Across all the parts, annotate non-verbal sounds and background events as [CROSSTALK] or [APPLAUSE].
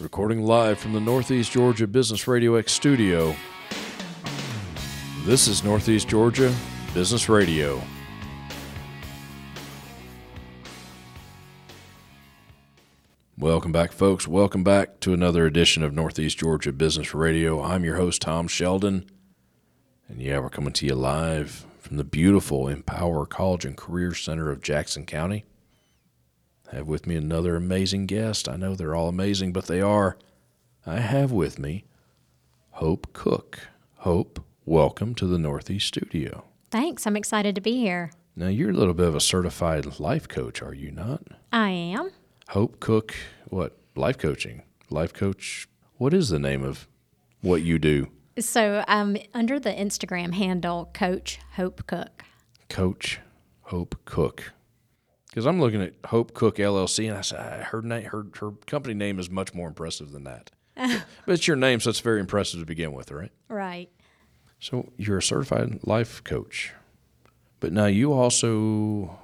Recording live from the Northeast Georgia Business Radio X studio. This is Northeast Georgia Business Radio. Welcome back, folks. Welcome back to another edition of Northeast Georgia Business Radio. I'm your host, Tom Sheldon. And yeah, we're coming to you live from the beautiful Empower College and Career Center of Jackson County. I have with me another amazing guest. I know they're all amazing, but they are. I have with me Hope Cook. Hope, welcome to the Northeast Studio. Thanks. I'm excited to be here. Now, you're a little bit of a certified life coach, are you not? I am. Hope Cook, what? Life coaching. Life coach. What is the name of what you do? So I'm under the Instagram handle Coach Hope Cook. Coach Hope Cook. Because I'm looking at Hope Cook LLC, and I said "Ah, her name, her her company name is much more impressive than [LAUGHS] that. but it's your name, so it's very impressive to begin with, right? Right. So you're a certified life coach, but now you also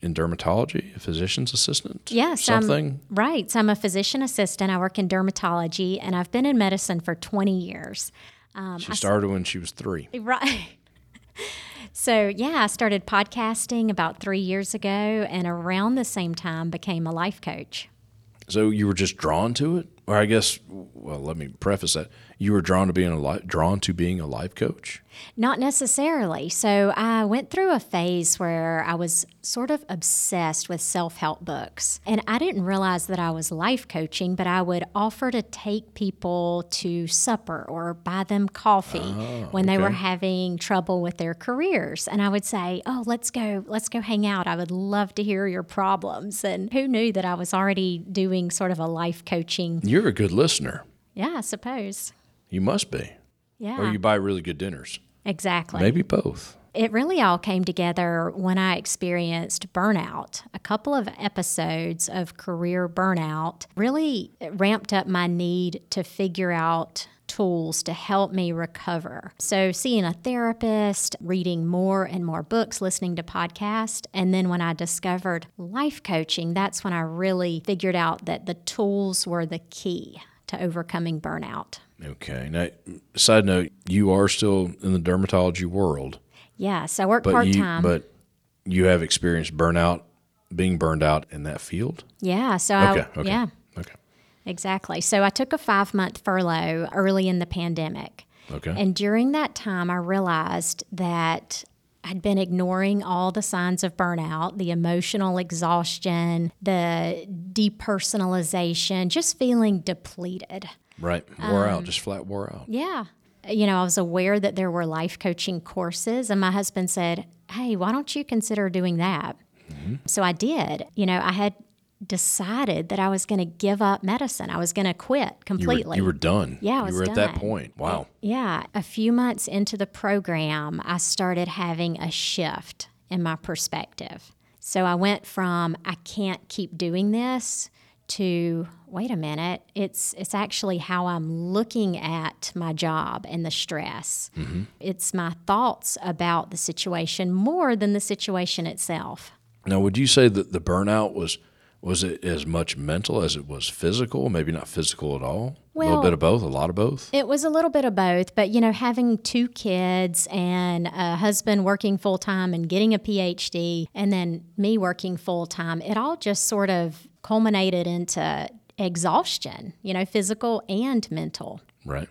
in dermatology, a physician's assistant. Yes. something. I'm, right. So I'm a physician assistant. I work in dermatology and I've been in medicine for 20 years. um, she started when she was three. Right. [LAUGHS] So, yeah, I started podcasting about three years ago and around the same time became a life coach. So you were just drawn to it, or I guess. Well, let me preface that you were drawn to being a li- drawn to being a life coach. Not necessarily. So I went through a phase where I was sort of obsessed with self help books. And I didn't realize that I was life coaching, but I would offer to take people to supper or buy them coffee when they were Ah, okay. having trouble with their careers. And I would say, Oh, let's go, let's go hang out. I would love to hear your problems. And who knew that I was already doing sort of a life coaching? You're a good listener. Yeah, I suppose. You must be, Yeah. or you buy really good dinners. exactly. Maybe both. it really all came together when I experienced burnout. A couple of episodes of career burnout really ramped up my need to figure out tools to help me recover. So, seeing a therapist, reading more and more books, listening to podcasts, and then when I discovered life coaching, that's when I really figured out that the tools were the key to overcoming burnout. Okay. Now, side note, you are still in the dermatology world, Yes, I work but part you time. but you have experienced burnout, being burned out in that field. yeah, so Okay. I, Okay. Oh, yeah. Okay. Exactly. So I took a five month furlough early in the pandemic. Okay. And during that time, I realized that I'd been ignoring all the signs of burnout, the emotional exhaustion, the depersonalization, just feeling depleted. right. Wore um, out. Just flat wore out. Yeah. You know, I was aware that there were life coaching courses, and my husband said, Hey, why don't you consider doing that? Mm-hmm. So I did. You know, I had decided that I was going to give up medicine, I was going to quit You were, completely. you were done. Yeah, I you was were at that done. point. Wow. Yeah, a few months into the program, I started having a shift in my perspective. So I went from I can't keep doing this to wait a minute, it's it's actually how I'm looking at my job and the stress. It's my thoughts about the situation more than the situation itself. Now, would you say that the burnout was was it as much mental as it was physical? Maybe not physical at all. a little Well- bit of both. A lot of both. It was a little bit of both, but you know, having two kids and a husband working full time and getting a PhD, and then me working full time, it all just sort of culminated into exhaustion, you know, physical and mental. Right.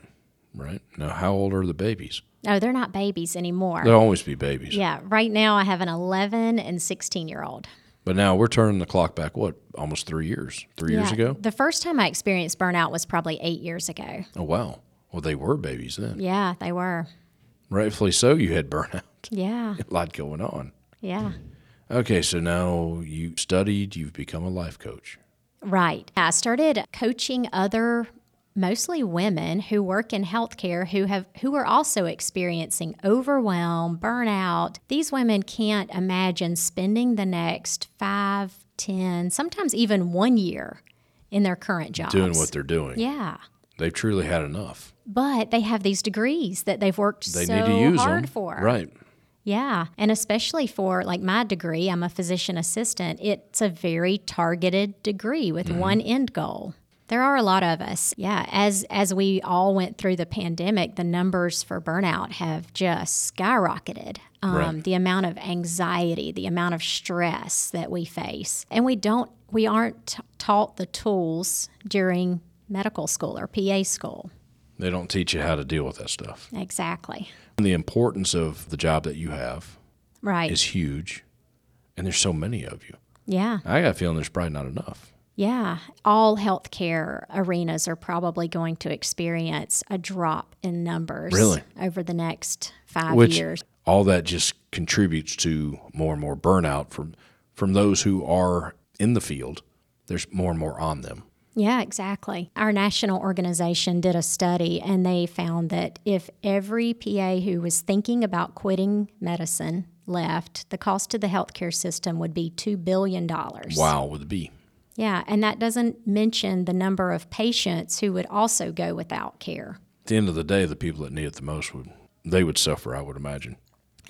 Right. Now, how old are the babies? No, they're not babies anymore. They'll always be babies. Yeah, right now I have an 11 and 16 year old. But now we're turning the clock back, what, almost three years? Three years ago? The first time I experienced burnout was probably eight years ago. Oh, wow. Well, they were babies then. Yeah, they were. Rightfully so, you had [LAUGHS] burnout. Yeah, A lot going on. yeah. Okay, so now you studied, you've become a life coach. Right. I started coaching other mostly women who work in healthcare who have who are also experiencing overwhelm, burnout. These women can't imagine spending the next five, ten, sometimes even 1 year in their current jobs. Doing what they're doing. Yeah. They've truly had enough. But they have these degrees that they've worked They so need to use hard them. for. Right. Yeah. And especially for like my degree, Mm-hmm. I'm a physician assistant. It's a very targeted degree with one end goal. There are a lot of us. Yeah, as as we all went through the pandemic, the numbers for burnout have just skyrocketed. Um, Right. The amount of anxiety, the amount of stress that we face, and we don't, we aren't t- taught the tools during medical school or PA school. They don't teach you how to deal with that stuff. Exactly. And the importance of the job that you have Right. is huge. And there's so many of you. yeah. I got a feeling there's probably not enough. Yeah, all healthcare arenas are probably going to experience a drop in numbers Really? over the next five Which years. all that just contributes to more and more burnout from from those who are in the field. There's more and more on them. Yeah, exactly. Our national organization did a study and they found that if every PA who was thinking about quitting medicine left, the cost to the healthcare system would be $2 billion. Wow, with a B. Yeah, and that doesn't mention the number of patients who would also go without care. At the end of the day, the people that need it the most would they would suffer, I would imagine.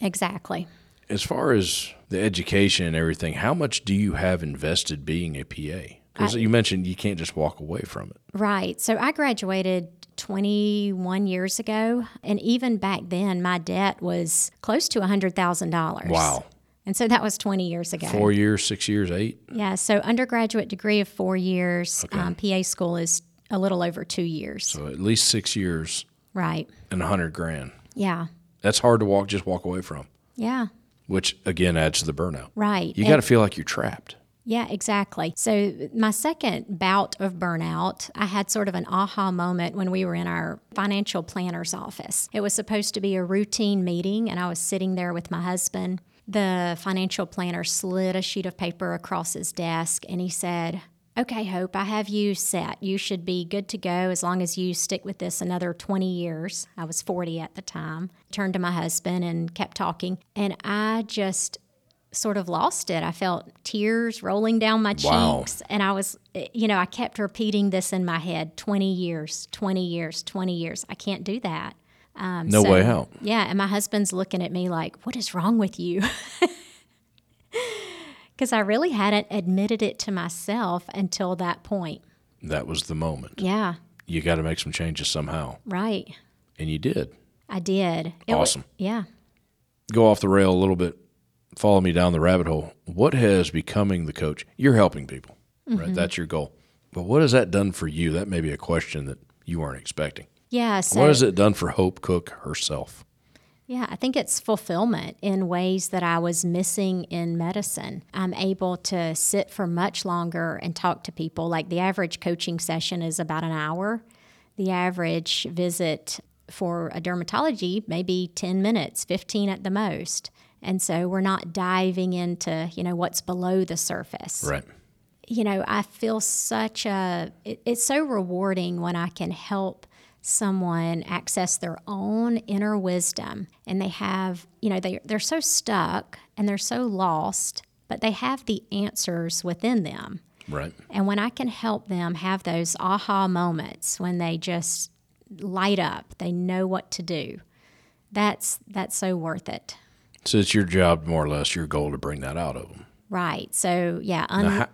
Exactly. As far as the education and everything, how much do you have invested being a PA? Because you mentioned you can't just walk away from it. Right. So I graduated 21 years ago. And even back then, my debt was close to $100,000. Wow. And so that was 20 years ago. Four years, six years, eight. Yeah. So undergraduate degree of four years. Um, PA school is a little over two years. So at least six years right. and a hundred grand. Yeah. That's hard to walk just walk away from. Yeah. Which again adds to the burnout. Right. You And- gotta feel like you're trapped. Yeah, exactly. So, my second bout of burnout, I had sort of an aha moment when we were in our financial planner's office. It was supposed to be a routine meeting, and I was sitting there with my husband. The financial planner slid a sheet of paper across his desk and he said, Okay, Hope, I have you set. You should be good to go as long as you stick with this another 20 years. I was 40 at the time. Turned to my husband and kept talking. And I just sort of lost it. I felt tears rolling down my Wow. cheeks. And I was, eh, you know, I kept repeating this in my head 20 years, 20 years, 20 years. I can't do that. Um, No so- way out. Yeah. And my husband's looking at me like, what is wrong with you? [LAUGHS] Because I really hadn't admitted it to myself until that point. That was the moment. Yeah. You gotta make some changes somehow. Right. And you did. I did. It wa- Awesome. yeah. Go off the rail a little bit, follow me down the rabbit hole. What has becoming the coach? You're helping people, Mm-hmm. right? That's your goal. But what has that done for you? That may be a question that you weren't expecting. Yeah. So what has it done for Hope Cook herself? Yeah, I think it's fulfillment in ways that I was missing in medicine. I'm able to sit for much longer and talk to people. Like the average coaching session is about an hour, the average visit for a dermatology, maybe 10 minutes, 15 at the most. And so we're not diving into, you know, what's below the surface Right. you know, I feel such a, it, it's so rewarding when I can help someone access their own inner wisdom and they have, you know, they, they're so stuck and they're so lost, but they have the answers within them. Right. And when I can help them have those aha moments when they just light up, they know what to do. That's that's so worth it. So it's your job, more or less, your goal to bring that out of them. Right. So, yeah, un- Now, how,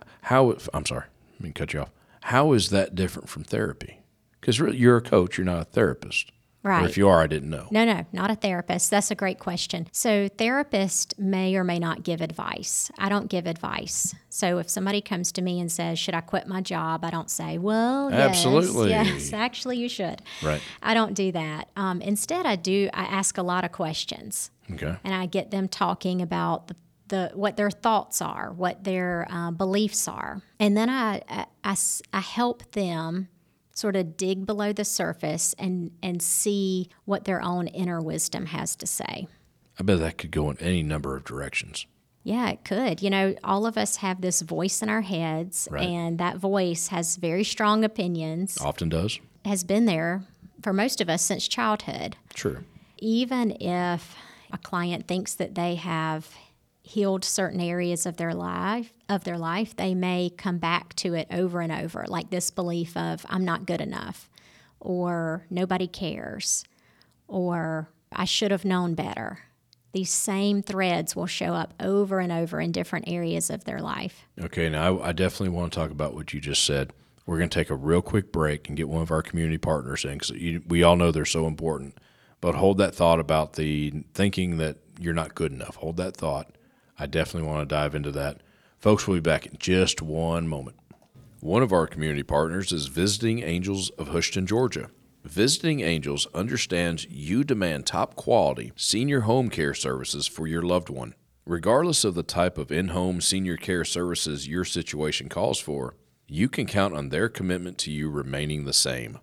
how, if- I'm sorry, I mean, to cut you off. How is that different from therapy? Because really, you're a coach, you're not a therapist. Or Right. if you are, I didn't know. No, no, not a therapist. That's a great question. So, therapists may or may not give advice. I don't give advice. So, if somebody comes to me and says, "Should I quit my job?" I don't say, "Well, yes, Absolutely. yes, actually, you should." Right. I don't do that. Um, instead, I do. I ask a lot of questions Okay. and I get them talking about the, the what their thoughts are, what their uh, beliefs are, and then I, I- I s- I help them sort of dig below the surface and and see what their own inner wisdom has to say. I bet that could go in any number of directions. Yeah, it could. You know, all of us have this voice in our heads, Right. Oh. and that voice has very strong opinions. Often does. Has been there for most of us since childhood. True. even if a client thinks that they have healed certain areas of their life of their life they may come back to it over and over like this belief of i'm not good enough or nobody cares or i should have known better these same threads will show up over and over in different areas of their life Okay. Now, I, I definitely want to talk about what you just said. We're going to take a real quick break and get one of our community partners in because we all know they're so important. But hold that thought about the thinking that you're not good enough. Hold that thought. I definitely want to dive into that. Folks, we'll be back in just one moment. One of our community partners is Visiting Angels of Houston, Georgia. Visiting Angels understands you demand top quality senior home care services for your loved one. Regardless of the type of in home senior care services your situation calls for, you can count on their commitment to you remaining the same.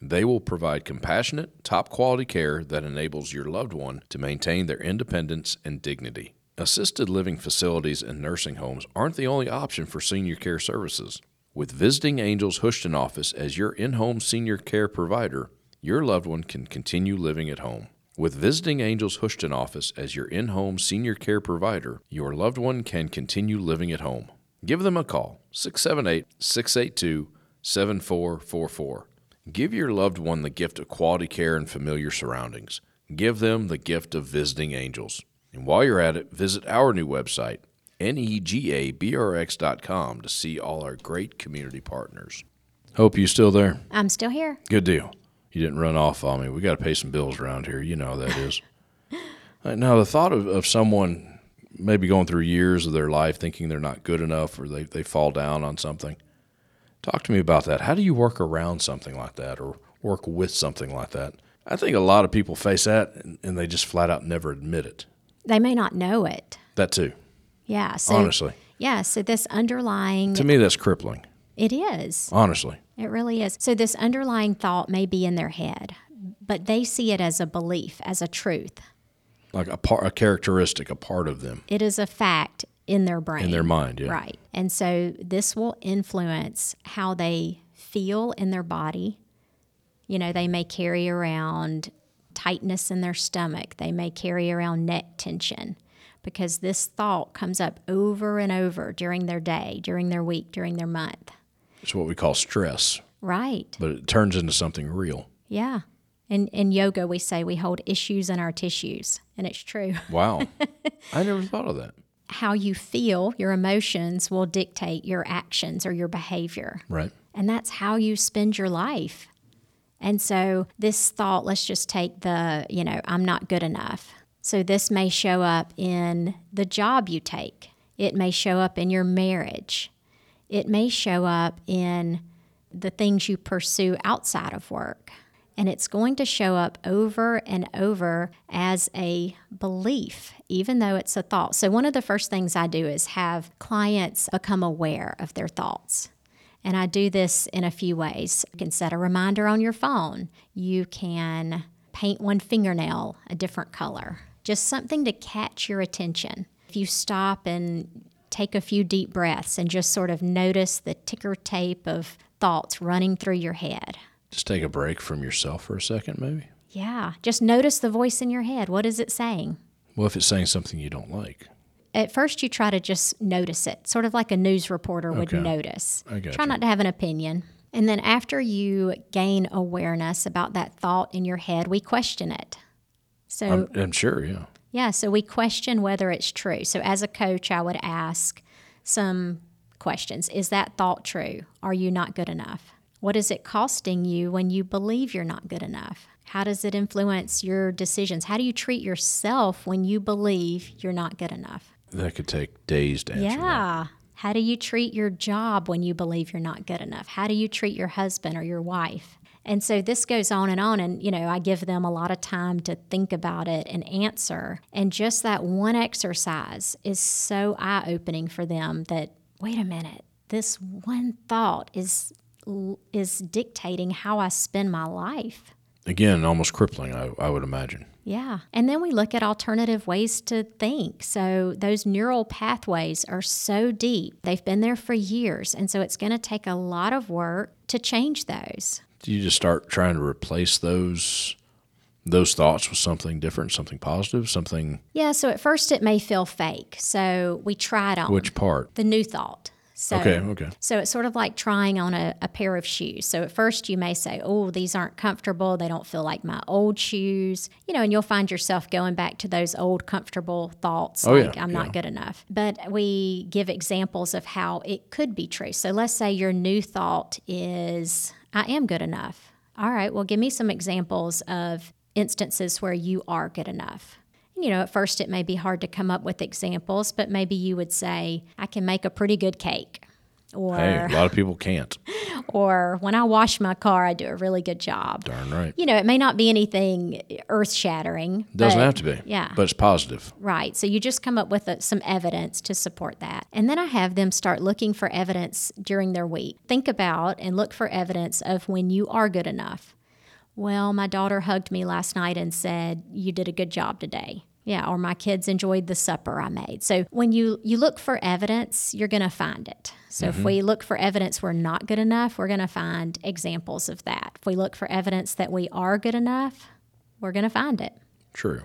They will provide compassionate, top quality care that enables your loved one to maintain their independence and dignity. Assisted living facilities and nursing homes aren't the only option for senior care services. With Visiting Angels Houston office as your in home senior care provider, your loved one can continue living at home. With Visiting Angels Houston office as your in home senior care provider, your loved one can continue living at home. Give them a call, 678 682 7444. Give your loved one the gift of quality care and familiar surroundings. Give them the gift of visiting angels. And while you're at it, visit our new website, E negabrx.com, to see all our great community partners. Hope you still there. I'm still here. Good deal. You didn't run off on me. We got to pay some bills around here. You know how that is. Uh, now, the thought of, of someone maybe going through years of their life thinking they're not good enough or they, they fall down on something. Talk to me about that. How do you work around something like that or work with something like that? I think a lot of people face that and, and they just flat out never admit it. They may not know it. That too. Yeah. So, Honestly. Yeah. So this underlying, To me, that's crippling. it is. Honestly. It really is. So this underlying thought may be in their head, but they see it as a belief, as a truth. Like a, par- a characteristic, a part of them It is a fact in their brain. in their mind. Yeah. Right. And so this will influence how they feel in their body. You know, they may carry around tightness in their stomach, they may carry around neck tension because this thought comes up over and over during their day, during their week, during their month. It's what we call stress, Right. but it turns into something real. Yeah. In, in yoga, we say we hold issues in our tissues, and it's true. [LAUGHS] Wow. I never thought of that. How you feel, your emotions will dictate your actions or your behavior. Right. And that's how you spend your life. And so, this thought let's just take the, you know, I'm not good enough. So, this may show up in the job you take, it may show up in your marriage, it may show up in the things you pursue outside of work. And it's going to show up over and over as a belief, even though it's a thought. So, one of the first things I do is have clients become aware of their thoughts. And I do this in a few ways. You can set a reminder on your phone. You can paint one fingernail a different color, just something to catch your attention. If you stop and take a few deep breaths and just sort of notice the ticker tape of thoughts running through your head. Just take a break from yourself for a second, maybe. Yeah, just notice the voice in your head. What is it saying? Well, if it's saying something you don't like, At first, you try to just notice it, sort of like a news reporter would Okay. notice. I got try you. not to have an opinion. And then after you gain awareness about that thought in your head, we question it. So, I'm, I'm sure, yeah. yeah, so we question whether it's true. So, as a coach, I would ask some questions Is that thought true? Are you not good enough? What is it costing you when you believe you're not good enough? How does it influence your decisions? How do you treat yourself when you believe you're not good enough? That could take days to answer. that. Yeah. How do you treat your job when you believe you're not good enough? How do you treat your husband or your wife? And so this goes on and on. And, you know, I give them a lot of time to think about it and answer. And just that one exercise is so eye opening for them that, wait a minute, this one thought is. Is dictating how I spend my life. Again, almost crippling, I, I would imagine. Yeah. And then we look at alternative ways to think. So those neural pathways are so deep, they've been there for years. And so it's going to take a lot of work to change those. Do you just start trying to replace those those thoughts with something different, something positive, something Yeah. So at first, it may feel fake. So we try it on which part? the new thought. So, Okay, okay. So it's sort of like trying on a, a pair of shoes. So at first you may say, oh, these aren't comfortable. They don't feel like my old shoes, you know, and you'll find yourself going back to those old comfortable thoughts Oh, yeah, like, I'm yeah. not good enough. But we give examples of how it could be true. So let's say your new thought is, I am good enough. All right, well, give me some examples of instances where you are good enough. You know, at first it may be hard to come up with examples, but maybe you would say, I can make a pretty good cake. Or, Hey, a lot of people can't. or when I wash my car, I do a really good job. Darn right. You know, it may not be anything earth shattering. Doesn't have to be. yeah. But it's positive. Right. So you just come up with uh some evidence to support that. And then I have them start looking for evidence during their week. Think about and look for evidence of when you are good enough. Well, my daughter hugged me last night and said, "You did a good job today." Yeah, or my kids enjoyed the supper I made. So when you you look for evidence, you're going to find it. So if Mm-hmm. we look for evidence we're not good enough, we're going to find examples of that. If we look for evidence that we are good enough, we're going to find it. True.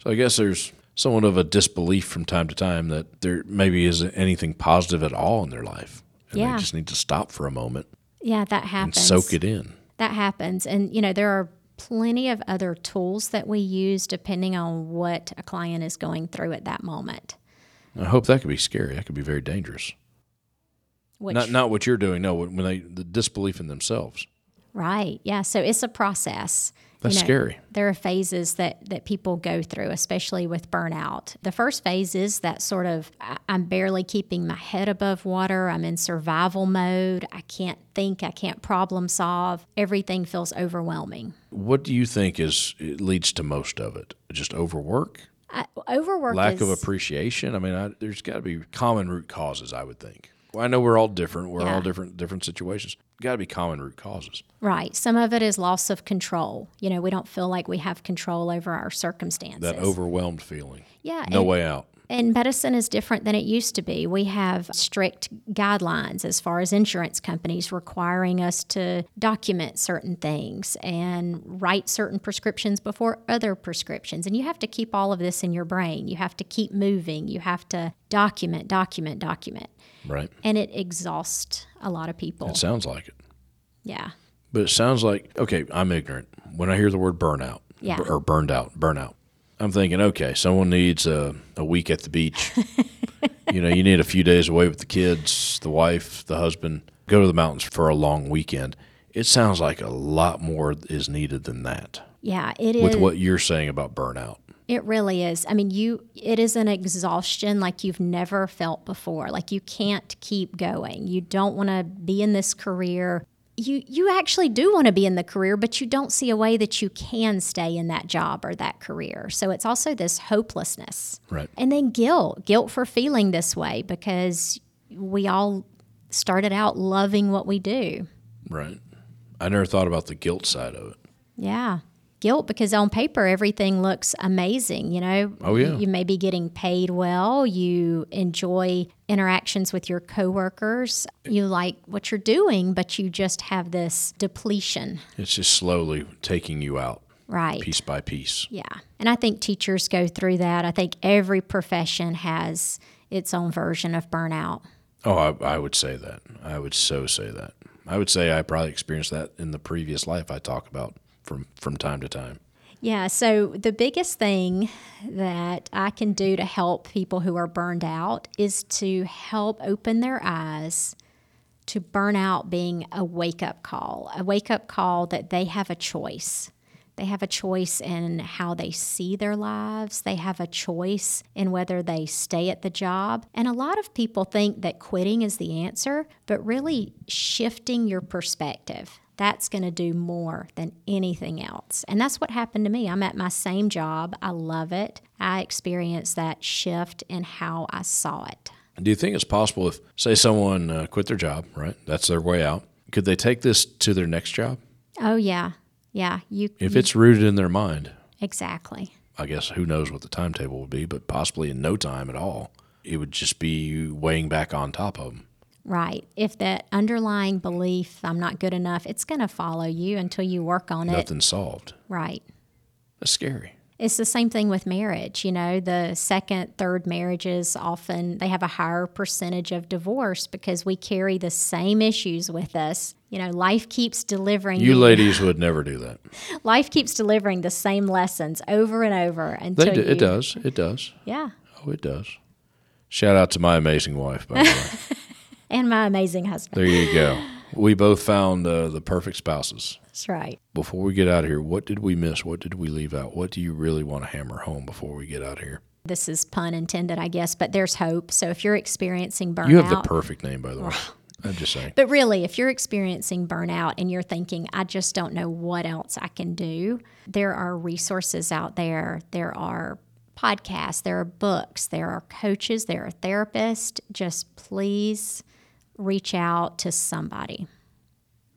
So I guess there's somewhat of a disbelief from time to time that there maybe isn't anything positive at all in their life. And Yeah. they just need to stop for a moment Yeah, that happens. and soak it in. that happens and you know there are plenty of other tools that we use depending on what a client is going through at that moment I hope that could be scary. That could be very dangerous. which not not what you're doing. No, when they the disbelief in themselves. right yeah so it's a process That's you know, scary. there are phases that that people go through especially with burnout the first phase is that sort of I- i'm barely keeping my head above water i'm in survival mode i can't think i can't problem solve everything feels overwhelming What do you think is it leads to most of it? Just overwork, I, Uh, overwork lack is, of appreciation. I mean, I, there's got to be common root causes. I would think. Well, I know we're all different. We're all Yeah. different different situations. Got to be common root causes. Right. Some of it is loss of control. You know, we don't feel like we have control over our circumstances. That overwhelmed feeling. yeah. No and, way out. and medicine is different than it used to be. We have strict guidelines as far as insurance companies requiring us to document certain things and write certain prescriptions before other prescriptions. And you have to keep all of this in your brain. You have to keep moving. You have to document, document, document. Right. And it exhausts a lot of people. It sounds like it. Yeah. But it sounds like okay. I'm ignorant. When I hear the word burnout, Yeah. bur- or burned out, burnout, I'm thinking okay, someone needs a, a week at the [LAUGHS] beach. you know, you need a few days away with the kids, the wife, the husband. Go to the mountains for a long weekend. It sounds like a lot more is needed than that. Yeah. It is. With what you're saying about burnout, It really is. I mean, you it is an exhaustion like you've never felt before. Like you can't keep going. You don't want to be in this career. You you actually do want to be in the career, but you don't see a way that you can stay in that job or that career. So it's also this hopelessness. right? And then guilt, guilt for feeling this way because we all started out loving what we do. Right. I never thought about the guilt side of it. Yeah. Guilt because on paper everything looks amazing, you know. Oh, yeah. You may be getting paid well, you enjoy interactions with your coworkers, you like what you're doing, but you just have this depletion. It's just slowly taking you out Right. piece by piece. Yeah. And I think teachers go through that. I think every profession has its own version of burnout. Oh, I, I would say that. I would so say that. I would say I probably experienced that in the previous life I talk about from from time to time. Yeah, so the biggest thing that I can do to help people who are burned out is to help open their eyes to burnout being a wake up call, a wake up call that they have a choice. They have a choice in how they see their lives. They have a choice in whether they stay at the job. And a lot of people think that quitting is the answer, but really shifting your perspective. That's going to do more than anything else. And that's what happened to me. I'm at my same job. I love it. I experienced that shift in how I saw it. Do you think it's possible if, say, someone uh, quit their job, right? That's their way out. Could they take this to their next job? Oh, yeah. Yeah. You, If it's rooted in their mind, Exactly. I guess who knows what the timetable would be, but possibly in no time at all, it would just be weighing back on top of them. Right. If that underlying belief, I'm not good enough, it's going to follow you until you work on it. Nothing solved. Right. That's scary. It's the same thing with marriage. You know, the second, third marriages often they have a higher percentage of divorce because we carry the same issues with us. You know, life keeps delivering You ladies would never do that. life keeps delivering the same lessons over and over until They do, you, it does. It does. Yeah. Oh, it does. Shout out to my amazing wife, by the way. And my amazing husband. There you go. We both found uh, the perfect spouses. That's right. Before we get out of here, what did we miss? What did we leave out? What do you really want to hammer home before we get out of here? This is pun intended, I guess, but there's hope. So if you're experiencing burnout, You have the perfect name, by the way. I'm just saying. But really, if you're experiencing burnout and you're thinking, I just don't know what else I can do, there are resources out there. There are podcasts, there are books, there are coaches, there are therapists. Just please reach out to somebody.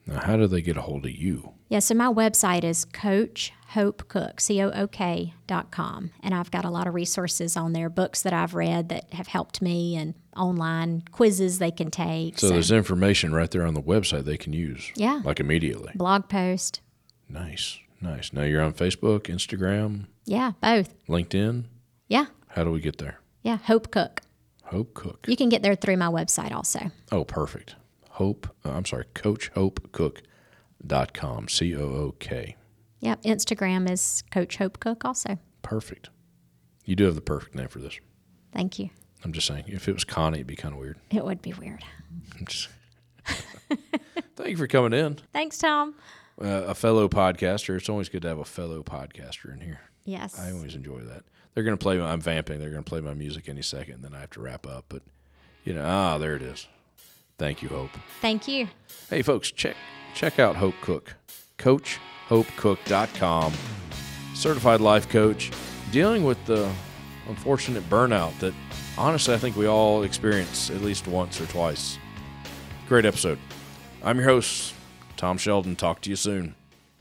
Now, how do they get a hold of you? Yeah, so my website is coachhopecook, C-O-O-K dot com. And I've got a lot of resources on there, books that I've read that have helped me and online quizzes they can take. So there's information right there on the website they can use. Yeah. Like immediately. blog post. Nice. Nice. Now you're on Facebook, Instagram, Yeah, both. LinkedIn. Yeah. How do we get there? Yeah, Hope Cook. Hope Cook. You can get there through my website also. Oh, perfect. Hope. uh, I'm sorry. CoachHopeCook.com. C O O K. Yep, Instagram is Coach Hope Cook also. Perfect. You do have the perfect name for this. Thank you. I'm just saying. If it was Connie, it'd be kind of weird. It would be weird. I'm just. [LAUGHS] Thank you for coming in, Thanks, Tom. uh, a fellow podcaster. It's always good to have a fellow podcaster in here. Yes. I always enjoy that. They're going to play. My, I'm vamping. They're going to play my music any second. Then I have to wrap up. But you know, ah, there it is. Thank you, Hope. Thank you. Hey, folks, check check out Hope Cook, CoachHopeCook.com. Certified life coach, dealing with the unfortunate burnout that honestly I think we all experience at least once or twice. Great episode. I'm your host, Tom Sheldon. Talk to you soon.